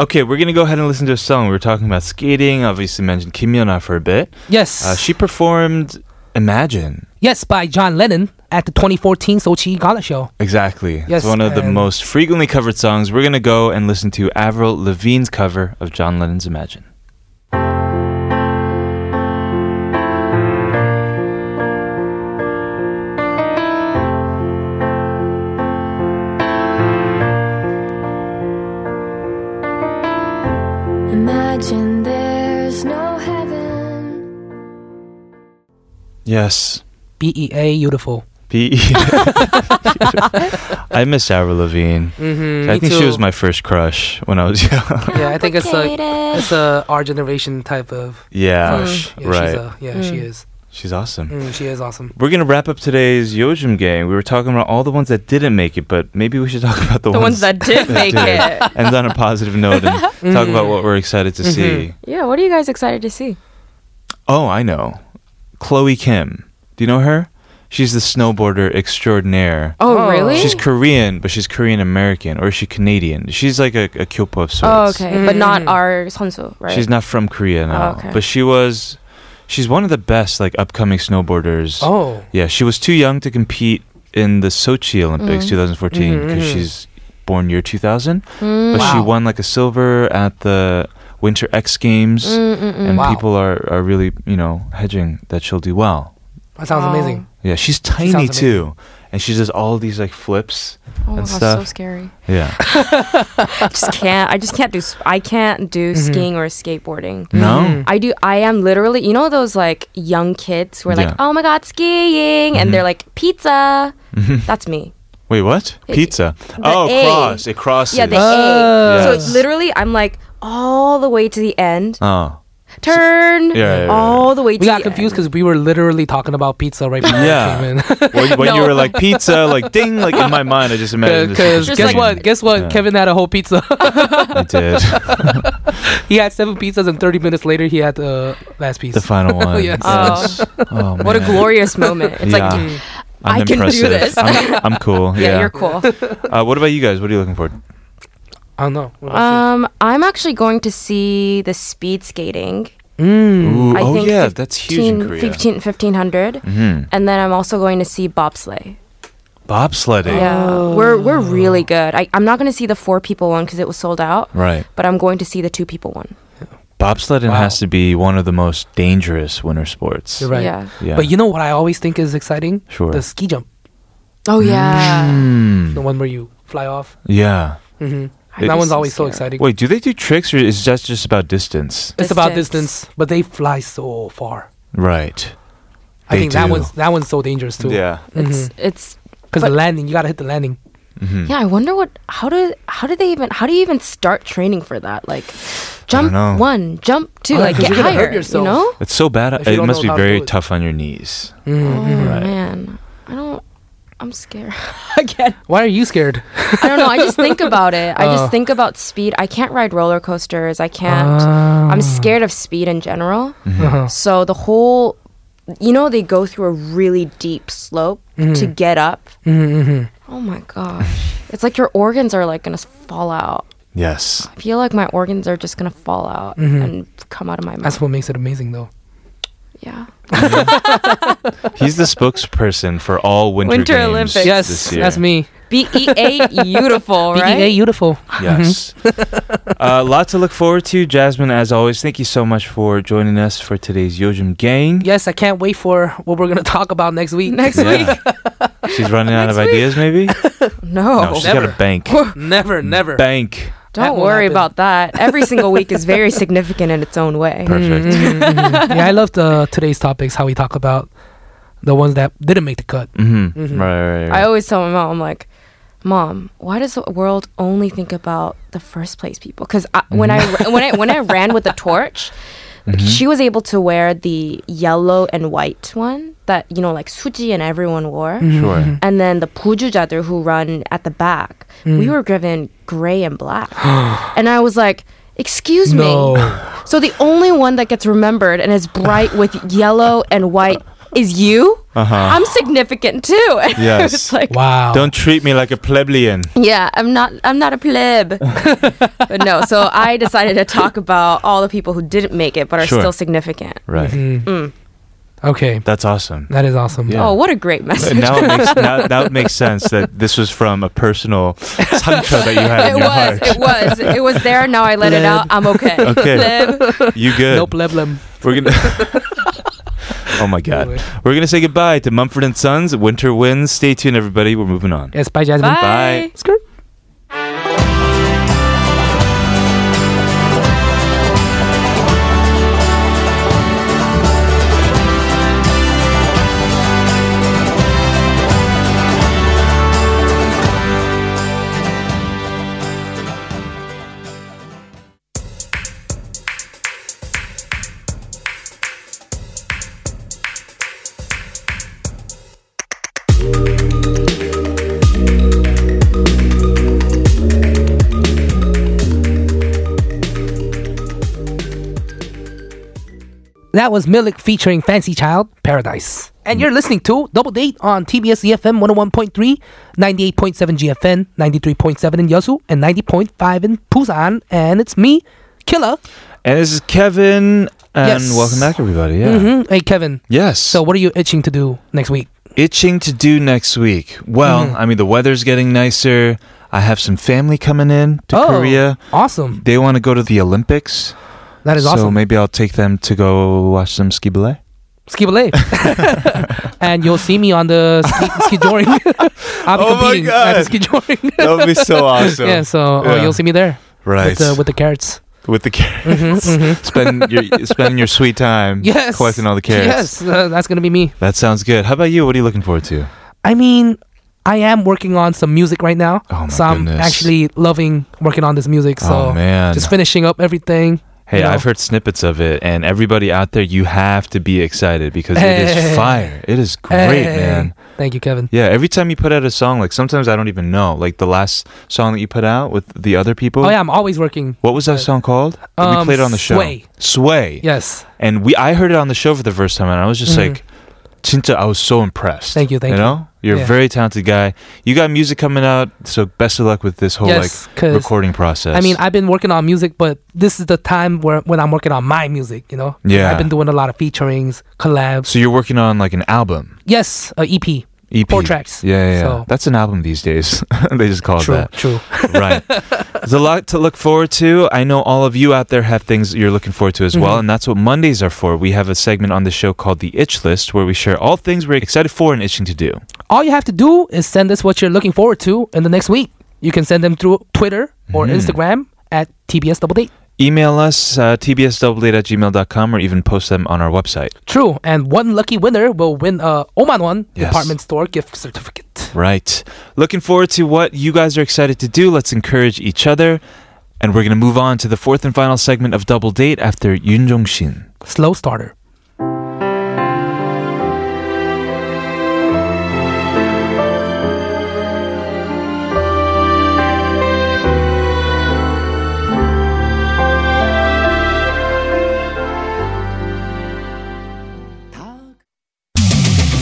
C: Okay, we're going to go ahead and listen to a song. We were talking about skating, obviously mentioned Kim Yuna for a bit.
B: Yes.
C: Uh, she performed Imagine.
B: yes, by John Lennon at the 2014 Sochi Gala Show.
C: Exactly.
B: Yes,
C: it's one of the
B: and-
C: most frequently covered songs. We're going to go and listen to Avril Lavigne's cover of John Lennon's Imagine. Yes.
B: B E A, beautiful.
C: Be- E. <laughs> I miss Avril Lavigne.
G: Mm,
B: Mm-hmm,
C: I think she was my first crush when I was <laughs>
G: Oh,
C: young.
B: Yeah, I think it's like it's a our generation type of
C: yeah,
B: crush. Yeah,
C: right.
B: She's
C: She's,
B: a, yeah, she
G: Mm.
B: is.
C: awesome.
B: Mm, she is awesome.
C: We're gonna wrap up today's Yojim gang. We were talking about all the ones that didn't make it, but maybe we should talk about the,
G: The ones that did Mm. make
C: did.
G: it.
C: End on a positive note and
G: <laughs>
C: talk about what we're excited to see.
G: Yeah, what are you guys excited to see?
C: Oh, I know, Chloe Kim. Do you know her? She's the snowboarder extraordinaire.
G: Oh,
B: Oh.
G: really?
C: She's Korean, but she's Korean American, or is she Canadian? She's like a, a kyopo of sorts.
G: oh, okay. But not
B: Mm.
G: our Sonsu, right?
C: She's not from Korea
B: Oh,
C: now,
G: okay.
C: but she was. She's one of the best like upcoming snowboarders.
B: Oh,
C: Yeah, she was too young to compete in the Sochi Olympics 2014 because
B: Mhm.
C: she's born year 2000.
G: Mm.
C: But she
B: Wow.
C: won like a silver at the Winter X Games,
G: Mm, mm, mm.
C: and
B: Mm-hmm. Wow.
C: people are, are really you know hedging that she'll do well.
B: that sounds
G: Wow.
B: amazing.
C: Yeah, she's
B: sounds
C: tiny
B: amazing.
C: too, and she does all these like flips.
G: Oh
C: and
G: my gosh, so
C: stuff.
G: scary.
C: Yeah,
G: I just can't. I just can't do. s- I can't do
C: Mm-hmm.
G: skiing or
C: Mm.
G: skateboarding.
B: Mm-hmm.
C: no,
G: I do. I am literally, you know, those like young kids who are
C: Yeah. Mm-hmm.
G: like, "Oh my god, skiing!" and they're like, "Pizza." That's me.
C: <laughs> wait, what? Pizza? oh,
G: A.
C: cross it crosses.
G: Yeah,
B: Oh.
G: the A. So
C: Yes.
G: it's literally, I'm like all the way to the end.
C: oh,
G: Turn
C: Yeah, yeah, yeah, yeah.
G: all the way. to
B: We got
G: the
B: confused
G: end.
B: because we were literally talking about pizza right before we
C: Yeah.
B: came in.
C: when, when you were like pizza, like ding, like in my mind, I
B: <laughs>
C: just imagined.
B: Because
C: this
B: guess what? Guess what?
C: Yeah.
B: Kevin had a whole pizza. <laughs>
C: I did
B: he had seven pizzas, and 30 minutes later, he had the last piece.
C: the final one.
B: Yes.
C: Yes. Oh,
G: Um, What a
C: man.
G: <laughs> glorious moment! It's like
C: Yeah.
B: Mm.
G: I
C: I'm
G: can do
C: impressive.
G: this.
C: I'm, I'm cool.
G: <laughs> yeah,
C: Yeah.
G: you're Hmm. cool.
C: uh, what about you guys? What are you looking for?
B: I don't know. What about
G: um, I'm actually going to see the speed skating.
B: you? Mm.
C: Ooh,
G: I
C: oh
G: think
C: yeah, that's huge in
G: 15
C: Korea.
G: 15 1500.
C: Mhm.
G: And then I'm also going to see bobsleigh.
C: Bobsledding.
G: Yeah, we're we're really good. I, I'm not going to see the four people one because it was sold out,
C: Right.
G: but I'm going to see the two people one.
C: Bobsledding
B: Wow.
C: has to be one of the most dangerous winter sports.
B: You're right.
G: Yeah.
C: Yeah.
B: But you know what I always think is exciting?
C: Sure.
B: The ski jump.
G: Oh yeah.
C: Mm,
B: The one where you fly off.
C: yeah.
B: hmm
G: I
B: that one's
G: was so
B: always so
G: scared.
B: exciting.
C: Wait, do they do tricks or is that just about distance?
B: it's about
G: Distance.
B: distance, but they fly so far.
C: Right.
B: I
C: They
B: think that
C: do.
B: one's that one's so dangerous too.
C: Yeah.
G: It's
C: Mm-hmm.
G: it's
B: Because the
G: But-
B: landing, you gotta hit the landing.
G: yeah. I wonder what how do how do they even how do you even start training for that? Like, jump
C: know.
G: one, jump two,
B: Oh,
G: like
B: 'cause you're
G: get
B: gonna hurt
G: higher. You
B: yourself.
G: know?
C: It's so bad.
B: If you
C: It
B: don't
C: must
B: know
C: be
B: how to
C: very
B: do it.
C: tough on your knees.
B: Mm-hmm.
G: Oh
C: Mm-hmm. Right.
G: man, I don't. I'm scared <laughs> again.
B: Why are you scared?
G: I don't know. I just think about it. I
B: Oh.
G: just think about speed. I can't ride roller coasters. I can't.
B: Uh, Oh.
G: I'm scared of speed in general.
B: Uh-huh.
G: So the whole, you know, they go through a really deep slope to get up.
B: Mm-hmm.
G: Oh my gosh. it's like your organs are like going to fall out.
C: Yes.
G: I feel like my organs are just going to fall out and come out of my
B: Mm-hmm.
G: mouth.
B: That's what makes it amazing, though.
G: yeah.
C: He's the spokesperson for all Winter,
G: Winter
C: Games
G: Olympics.
B: Yes,
C: this year.
B: that's me.
G: B E
B: <laughs>
G: A beautiful, right?
B: BEA, beautiful.
G: <laughs>
C: Yes. uh, lot to look forward to. Jasmine, as always, thank you so much for joining us for today's Yojim Gang.
B: Yes, I can't wait for what we're gonna <laughs> talk about next week.
G: Next week.
C: week. She's running out of
G: Next
C: ideas,
G: week. Oh, <laughs>
C: maybe?
G: No.
C: no, she's got
B: never.
C: a bank.
B: <laughs> never, never.
C: Bank.
B: That
G: Don't
B: won't
G: worry
B: happen.
G: about that. Every single week is
B: <laughs>
G: very significant in its own way.
C: Perfect.
B: Mm-hmm, yeah, I love the today's topics. How we talk about the ones that didn't make the cut.
C: Mm-hmm. Right, right, right.
G: I always tell my mom, I'm like, Mom, why does the world only think about the first place people? Because when I when I when I ran with the torch, she was able to wear the yellow and white one that you know, like Suji and everyone wore,
C: sure.
G: and then the pujujader who run at the back. We were given gray and black, and I was like. Excuse
B: No.
G: me. So the only one that gets remembered and is bright with yellow and white is you.
C: Uh-huh.
G: I'm significant too. <laughs> And I
C: Yes.
G: was like,
B: Wow.
C: Don't treat me like a plebeian.
G: yeah, I'm not. I'm not
C: <laughs>
G: a pleb. but no, so I decided to talk about all the people who didn't make it but are
C: Sure.
G: still significant.
C: Right.
B: Mm-hmm. Okay,
C: That's
G: <laughs>
C: awesome.
B: that is awesome.
C: Yeah.
G: Mm. Oh, what a great message!
C: now, it makes, now, now it makes sense that this was from a
G: <laughs>
C: personal <laughs> tantra that you had
G: it
C: in your
G: was.
C: heart.
G: It was. It was there. Now I let it out. I'm okay.
C: Okay.
G: Pleb.
C: You good?
B: No problem.
C: We're gonna. <laughs> oh my god.
B: Anyway.
C: We're gonna say goodbye to Mumford and Sons. Winter winds. Stay tuned, everybody. We're moving on.
B: Yes, bye, Jasmine.
C: Bye.
B: Skirt.
A: Thank
B: That was Milik featuring Fancy Child Paradise. And you're listening to Double Date on TBS EFM 101.3, 98.7 GFN, 93.7 in Yosu, and 90.5 in Busan. And it's me, Killa.
C: And this is Kevin. And
B: Yes.
C: welcome back, everybody. Yeah.
B: hmm Hey, Kevin.
C: Yes.
B: So, what are you itching to do next week?
C: itching to do next week? Well,
B: Mm-hmm.
C: I mean, the weather's getting nicer. I have some family coming in
B: Oh.
C: to Korea.
B: Awesome.
C: They want to go to the Olympics.
B: That is
C: so
B: awesome.
C: maybe I'll take them to go watch some ski ballet.
B: Skip a
C: <laughs>
B: leg. and you'll see me on the ski, ski
C: <laughs>
B: joring. I'll be
C: Oh my
B: competing at the
C: God.
B: ski joring.
C: That would be
B: <laughs>
C: so awesome.
B: yeah, so uh,
C: <laughs> Yeah.
B: you'll see me there with,
C: Right.
B: the, with Mm-hmm, the carrots.
C: With the carrots. spend your spend your sweet time
B: Yes.
C: <laughs> collecting all the
B: Yes,
C: carrots.
B: uh, that's going to be me.
C: That sounds good. How about you? What are you looking forward to?
B: I mean, I am working on some music right now.
C: Oh my
B: so I'm
C: goodness.
B: actually loving working on this music. So
C: Oh, man.
B: just finishing up everything. you
C: Hey,
B: know.
C: I've heard snippets of it, and everybody out there, you have to be excited because it
B: Hey.
C: is fire. It is great,
B: Hey.
C: man.
B: Thank you, Kevin.
C: Yeah, every time you put out a song, like sometimes I don't even know. Like the last song that you put out with the other people.
B: Oh yeah, I'm always working.
C: What was that song called? That
B: Um,
C: we played it on the show.
B: Sway.
C: Sway.
B: Yes.
C: And we I heard it on the show for the first time and I was just like Tinta, I was so impressed.
B: Mm-hmm. Thank you, thank
C: you.
B: you.
C: know? You're
B: Yeah.
C: a very talented guy. You got music coming out, so best of luck with this whole
B: Yes,
C: like
B: 'cause-
C: recording process.
B: I mean, I've been working on music, but this is the time where when I'm working on my music. You know.
C: Yeah.
B: I've been doing a lot of featurings, collabs.
C: so you're working on like an album.
B: yes, a E EP.
C: EP.
B: Four tracks.
C: Yeah, yeah. yeah.
B: So-
C: That's an album these days. <laughs> they just call
B: True.
C: it that.
B: True. <laughs>
C: right. There's a lot to look forward to. I know all of you out there have things you're looking forward to as well,
B: Mm-hmm.
C: and that's what Mondays are for. We have a segment on the show called the Itch List where we share all things we're excited for and itching to do.
B: all you have to do is send us what you're looking forward to in the next week. You can send them through Twitter or
C: Mm.
B: Instagram at TBS Double Date.
C: Email us, uh, tbsdoubledate at gmail.com, or even post them on our website.
B: True, and one lucky winner will win a Oman One
C: Yes.
B: department store gift certificate.
C: Right. Looking forward to what you guys are excited to do. Let's encourage each other. And we're going to move on to the fourth and final segment of Double Date after Yun Jong Shin.
B: Slow starter.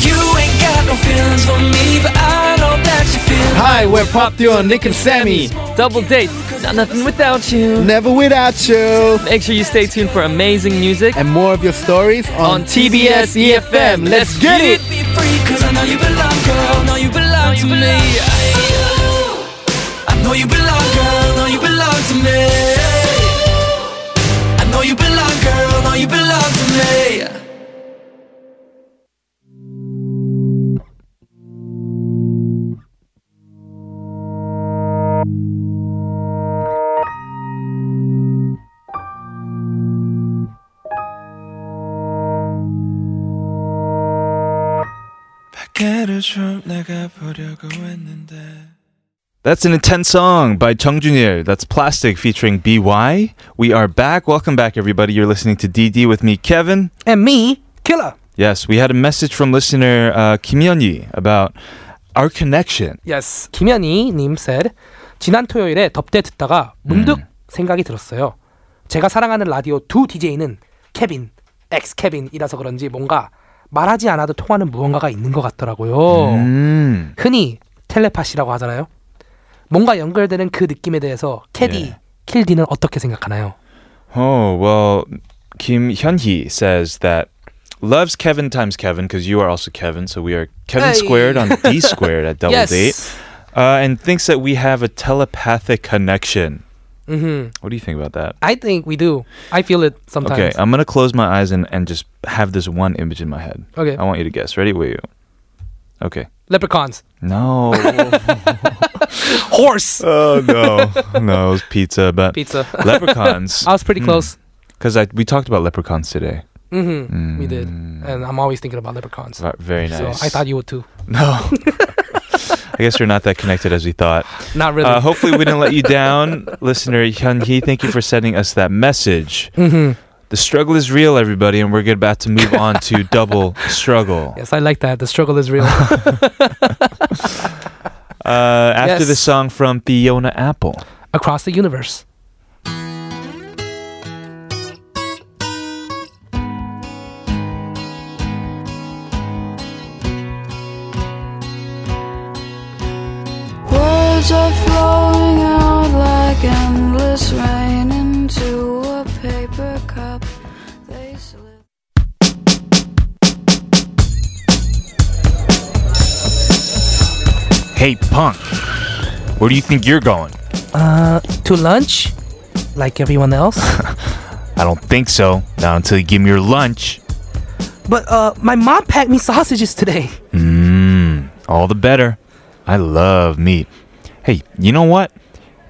D: You ain't got no feelings for me, but I know that you feel.
J: Hi, we're Pop Dio and Nick and Sammy.
K: Double date. Not nothing without you.
J: Never without you.
K: Make sure you stay tuned for amazing music
J: And more of your stories
K: on
J: on,
K: TBS EFM. E Let's get it.
D: Be free, cause I know you belong, girl. Know you belong to me. I know you belong, girl. Know you belong to me. I know you belong, girl. Know you belong to me.
C: That's an intense song by Chung Junil. That's Plastic featuring BY. We are back. Welcome back, everybody. You're listening to DD with me, Kevin.
B: And me, Killer.
C: Yes, we had a message from listener uh, Kim Yeon-yi about our connection.
B: Yes. 김현희 님 said 지난 토요일에 덥대 듣다가 문득 생각이 들었어요. 제가 사랑하는 라디오 두 DJ는 케빈, 엑스 케빈이라서 그런지 뭔가 말하지 않아도 통하는 무언가가 있는 것 같더라고요.
C: Mm.
B: 흔히 텔레파시라고 하잖아요. 뭔가 연결되는 그 느낌에 대해서 캐디,
C: 예.
B: 킬디는 어떻게 생각하나요?
C: Oh, well, Kim Hyun-hee says that loves Kevin times Kevin because you are also Kevin. So we are Kevin
B: Hey.
C: squared on
B: <laughs>
C: D squared at Double
B: Yes.
C: Date. Uh, and thinks that we have a telepathic connection.
B: Mm-hmm.
C: What do you think about that?
B: I think we do. I feel it sometimes.
C: Okay, I'm gonna close my eyes and, and just have this one image in my head.
B: Okay.
C: I want you to guess. Ready? Wait. wait. Okay.
B: Leprechauns. <laughs>
C: No.
B: Horse.
C: oh no. <laughs> No, it was pizza, but
B: Pizza. <laughs>
C: leprechauns.
B: I was pretty close.
C: Because I we talked about leprechauns today.
B: Mm-hmm. We did. And I'm always thinking about leprechauns.
C: Ve- Mm. Very nice.
B: So I thought you would too.
C: No. I guess we're not that connected as we
B: <laughs>
C: thought.
B: Not really.
C: Uh, hopefully, we didn't let you down, listener Hyun Hee. Thank you for sending us that message.
B: mm-hmm.
C: The struggle is real, everybody, and we're good about to move on to double struggle.
B: <laughs> Yes, I like that. The struggle is
C: <laughs>
B: real.
C: Uh, after
B: Yes.
C: the song from Fiona Apple.
B: Across the universe.
C: Hey, punk, where do you think you're going?
B: Uh, to lunch, like everyone else.
C: <laughs> I don't think so. Not until you give me your lunch.
B: but uh, my mom packed me sausages today.
C: Mmm, all the better. I love meat. Hey, you know what?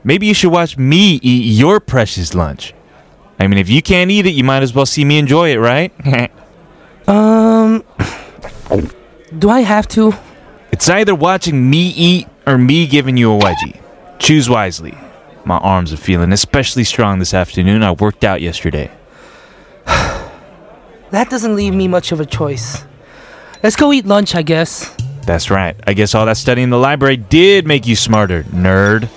C: Maybe you should watch me eat your precious lunch. I mean, if you can't eat it, you might as well see me enjoy it, right? <laughs>
B: Um, do I have to?
C: It's either watching me eat or me giving you a wedgie. Choose wisely. My arms are feeling especially strong this afternoon. I worked out yesterday.
B: That doesn't leave me much of a choice. Let's go eat lunch, I guess.
C: That's right. I guess all that studying in the library did make you smarter, nerd.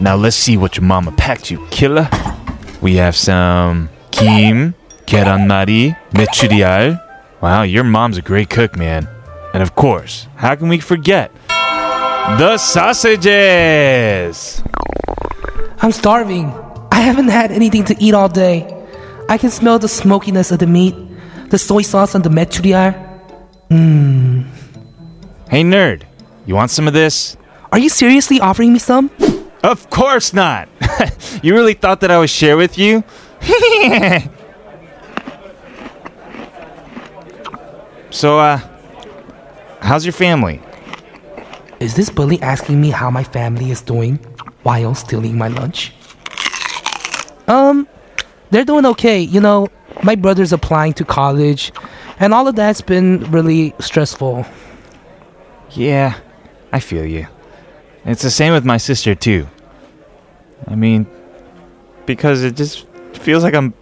C: Now let's see what your mama packed you, killer. We have some kim, keranmari, mechurial. Wow, your mom's a great cook, man. And of course, how can we forget the sausages?
B: I'm starving. I haven't had anything to eat all day. I can smell the smokiness of the meat, the soy sauce on the mechuria.
C: Mmm. Hey, nerd, you want some of this?
B: Are you seriously offering me some?
C: Of course not. <laughs> you really thought that I would share with you? <laughs> so, uh, how's your family?
B: Is this bully asking me how my family is doing while stealing my lunch? Um, they're doing okay. You know, my brother's applying to college, and all of that's been really stressful.
C: Yeah, I feel you. It's the same with my sister, too. I mean, because it just feels like I'm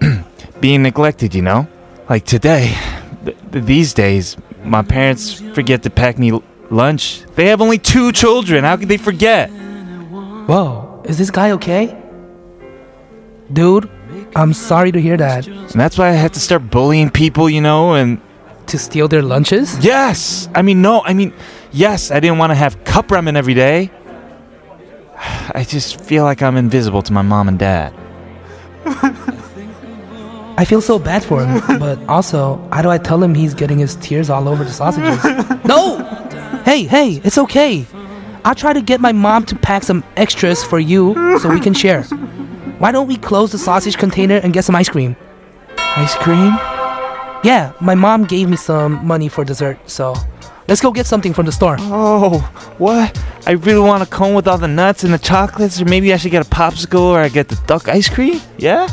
C: <clears throat> being neglected, you know? Like today, th- th- these days, my parents forget to pack me l- lunch. They have only two children. How could they forget?
B: Whoa, is this guy okay? Dude, I'm sorry to hear that.
C: And that's why I had to start bullying people, you know, and.
B: To steal their lunches?
C: Yes! I mean, no, I mean, yes, I didn't want to have cup ramen every day. <sighs> I just feel like I'm invisible to my mom and dad.
B: I feel so bad for him, but also, how do I tell him he's getting his tears all over the sausages? no! Hey, hey, it's okay. I'll try to get my mom to pack some extras for you so we can share. Why don't we close the sausage container and get some ice cream?
C: Ice cream?
B: Yeah, my mom gave me some money for dessert, so let's go get something from the store.
C: Oh, what? I really want a cone with all the nuts and the chocolates, or maybe I should get a popsicle or I get the duck ice cream? Yeah?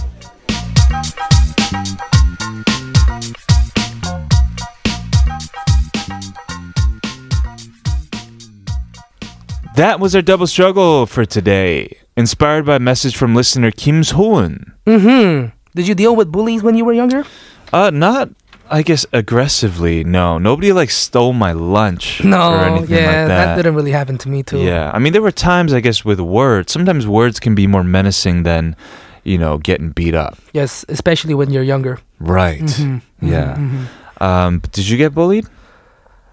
C: That was our double struggle for today, inspired by a message from listener Kim Soon.
B: Mm hmm. Did you deal with bullies when you were younger?
C: Uh, not, I guess, aggressively. No, nobody like stole my lunch or
B: No,
C: anything
B: yeah, that.
C: like that.
B: didn't really happen to me, too.
C: Yeah, I mean, there were times, I guess, with words. Sometimes words can be more menacing than, you know, getting beat up.
B: Yes, especially when you're younger.
C: Right.
B: Mhm,
C: Yeah.
B: mhm,
C: Um, but did you get bullied?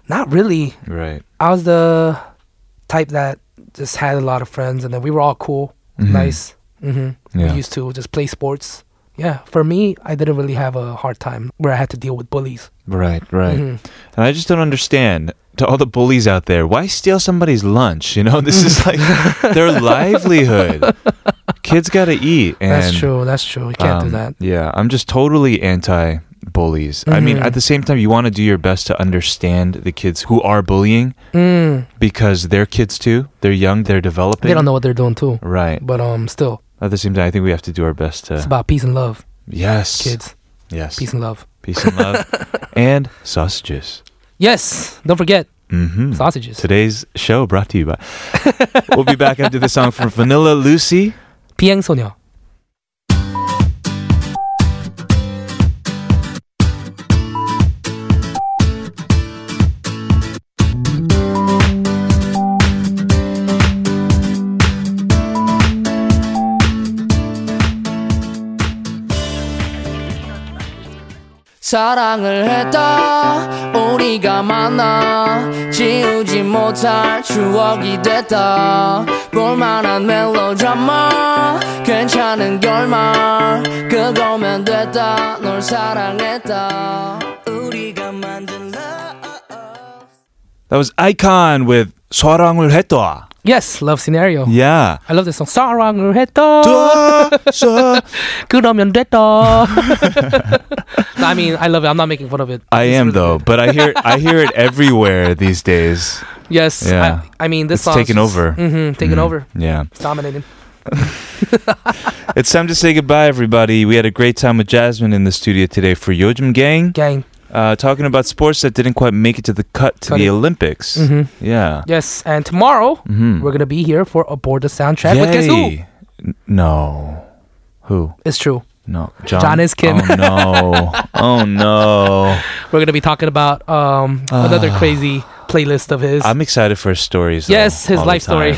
B: Not really.
C: Right.
B: I was the type that just had a lot of friends, and then we were all cool,
C: Mhm.
B: nice. hmm
C: Yeah.
B: We used to just play sports. Yeah, for me, I didn't really have a hard time where I had to deal with bullies.
C: Right. Right.
B: Mhm.
C: And I just don't understand to all the bullies out there. Why steal somebody's lunch? You know, <laughs> this is
B: <laughs>
C: like their livelihood. Kids got to eat. And
B: that's true. That's true. You can't do
C: Um,
B: that.
C: Yeah, I'm just totally anti bullies. I mean,
B: Mhm.
C: at the same time, you want to do your best to understand the kids who are bullying
B: Mm,
C: because they're kids too. They're young, they're developing.
B: they don't know what they're doing too.
C: Right.
B: But um, still,
C: At the same time, I think we have to do our best to.
B: it's about peace and love,
C: yes.
B: kids.
C: Yes.
B: Peace and love.
C: Peace and love. and sausages.
B: <laughs> Yes. Don't forget
C: hmm
B: sausages.
C: Today's show brought to you by. <laughs> we'll be back after the song from Vanilla Lucy.
B: 비행 소녀.
L: 사랑을 했다 우리가 만나 지우지 못할 추억이 됐다 볼만한 멜로드라마 괜찮은 결말 그거면 됐다 널 사랑했다 우리가 만든 love
C: That was Icon with 사랑을 했다.
B: Yes, love scenario.
C: Yeah.
B: I love this song. 사랑을 했다. 그러면
C: <laughs>
B: 됐다. no, I mean, I love it. I'm not making fun of it.
C: I am though, but I hear I hear it everywhere these days.
B: Yes.
C: Yeah.
B: I, I mean, this
C: It's
B: song
C: taken over.
B: hmm taken
C: Mhm,
B: over.
C: yeah.
B: It's dominating.
C: It's time to say goodbye, everybody. We had a great time with Jasmine in the studio today for Yojim Gang.
B: Gang.
C: Uh, talking about sports that didn't quite make it to the cut to
B: Cut
C: the
B: it.
C: Olympics.
B: Mhm.
C: Yeah.
B: Yes, and tomorrow
C: Mhm.
B: we're gonna be here for Aboard the Soundtrack with guess who?
C: Yay. N- No. Who?
B: It's true.
C: No. John.
B: John is Kim.
C: Oh
B: <laughs>
C: no. oh no.
B: We're gonna be talking about um, another
C: Ah.
B: crazy playlist of his.
C: I'm excited for his stories. though,
B: yes, his
C: all the
B: life story.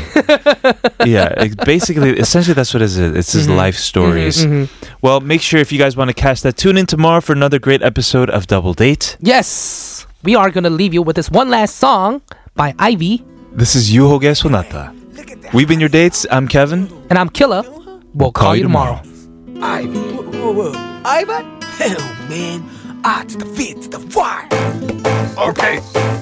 B: <laughs>
C: time. yeah, it- basically, essentially, that's what it is. It's
B: Mm-hmm.
C: his life stories.
B: mhm.
C: Well, make sure if you guys want to catch that, tune in tomorrow for another great episode of Double Date.
B: yes, we are gonna leave you with this one last song by Ivy,
C: This is Yuho Sonata. We've been your dates. I'm Kevin.
B: and I'm Killa. We'll, call, you tomorrow.
M: Ivan. Whoa, whoa, whoa. Ah, Ivan? Hell, man. I to the V to the Y. Okay.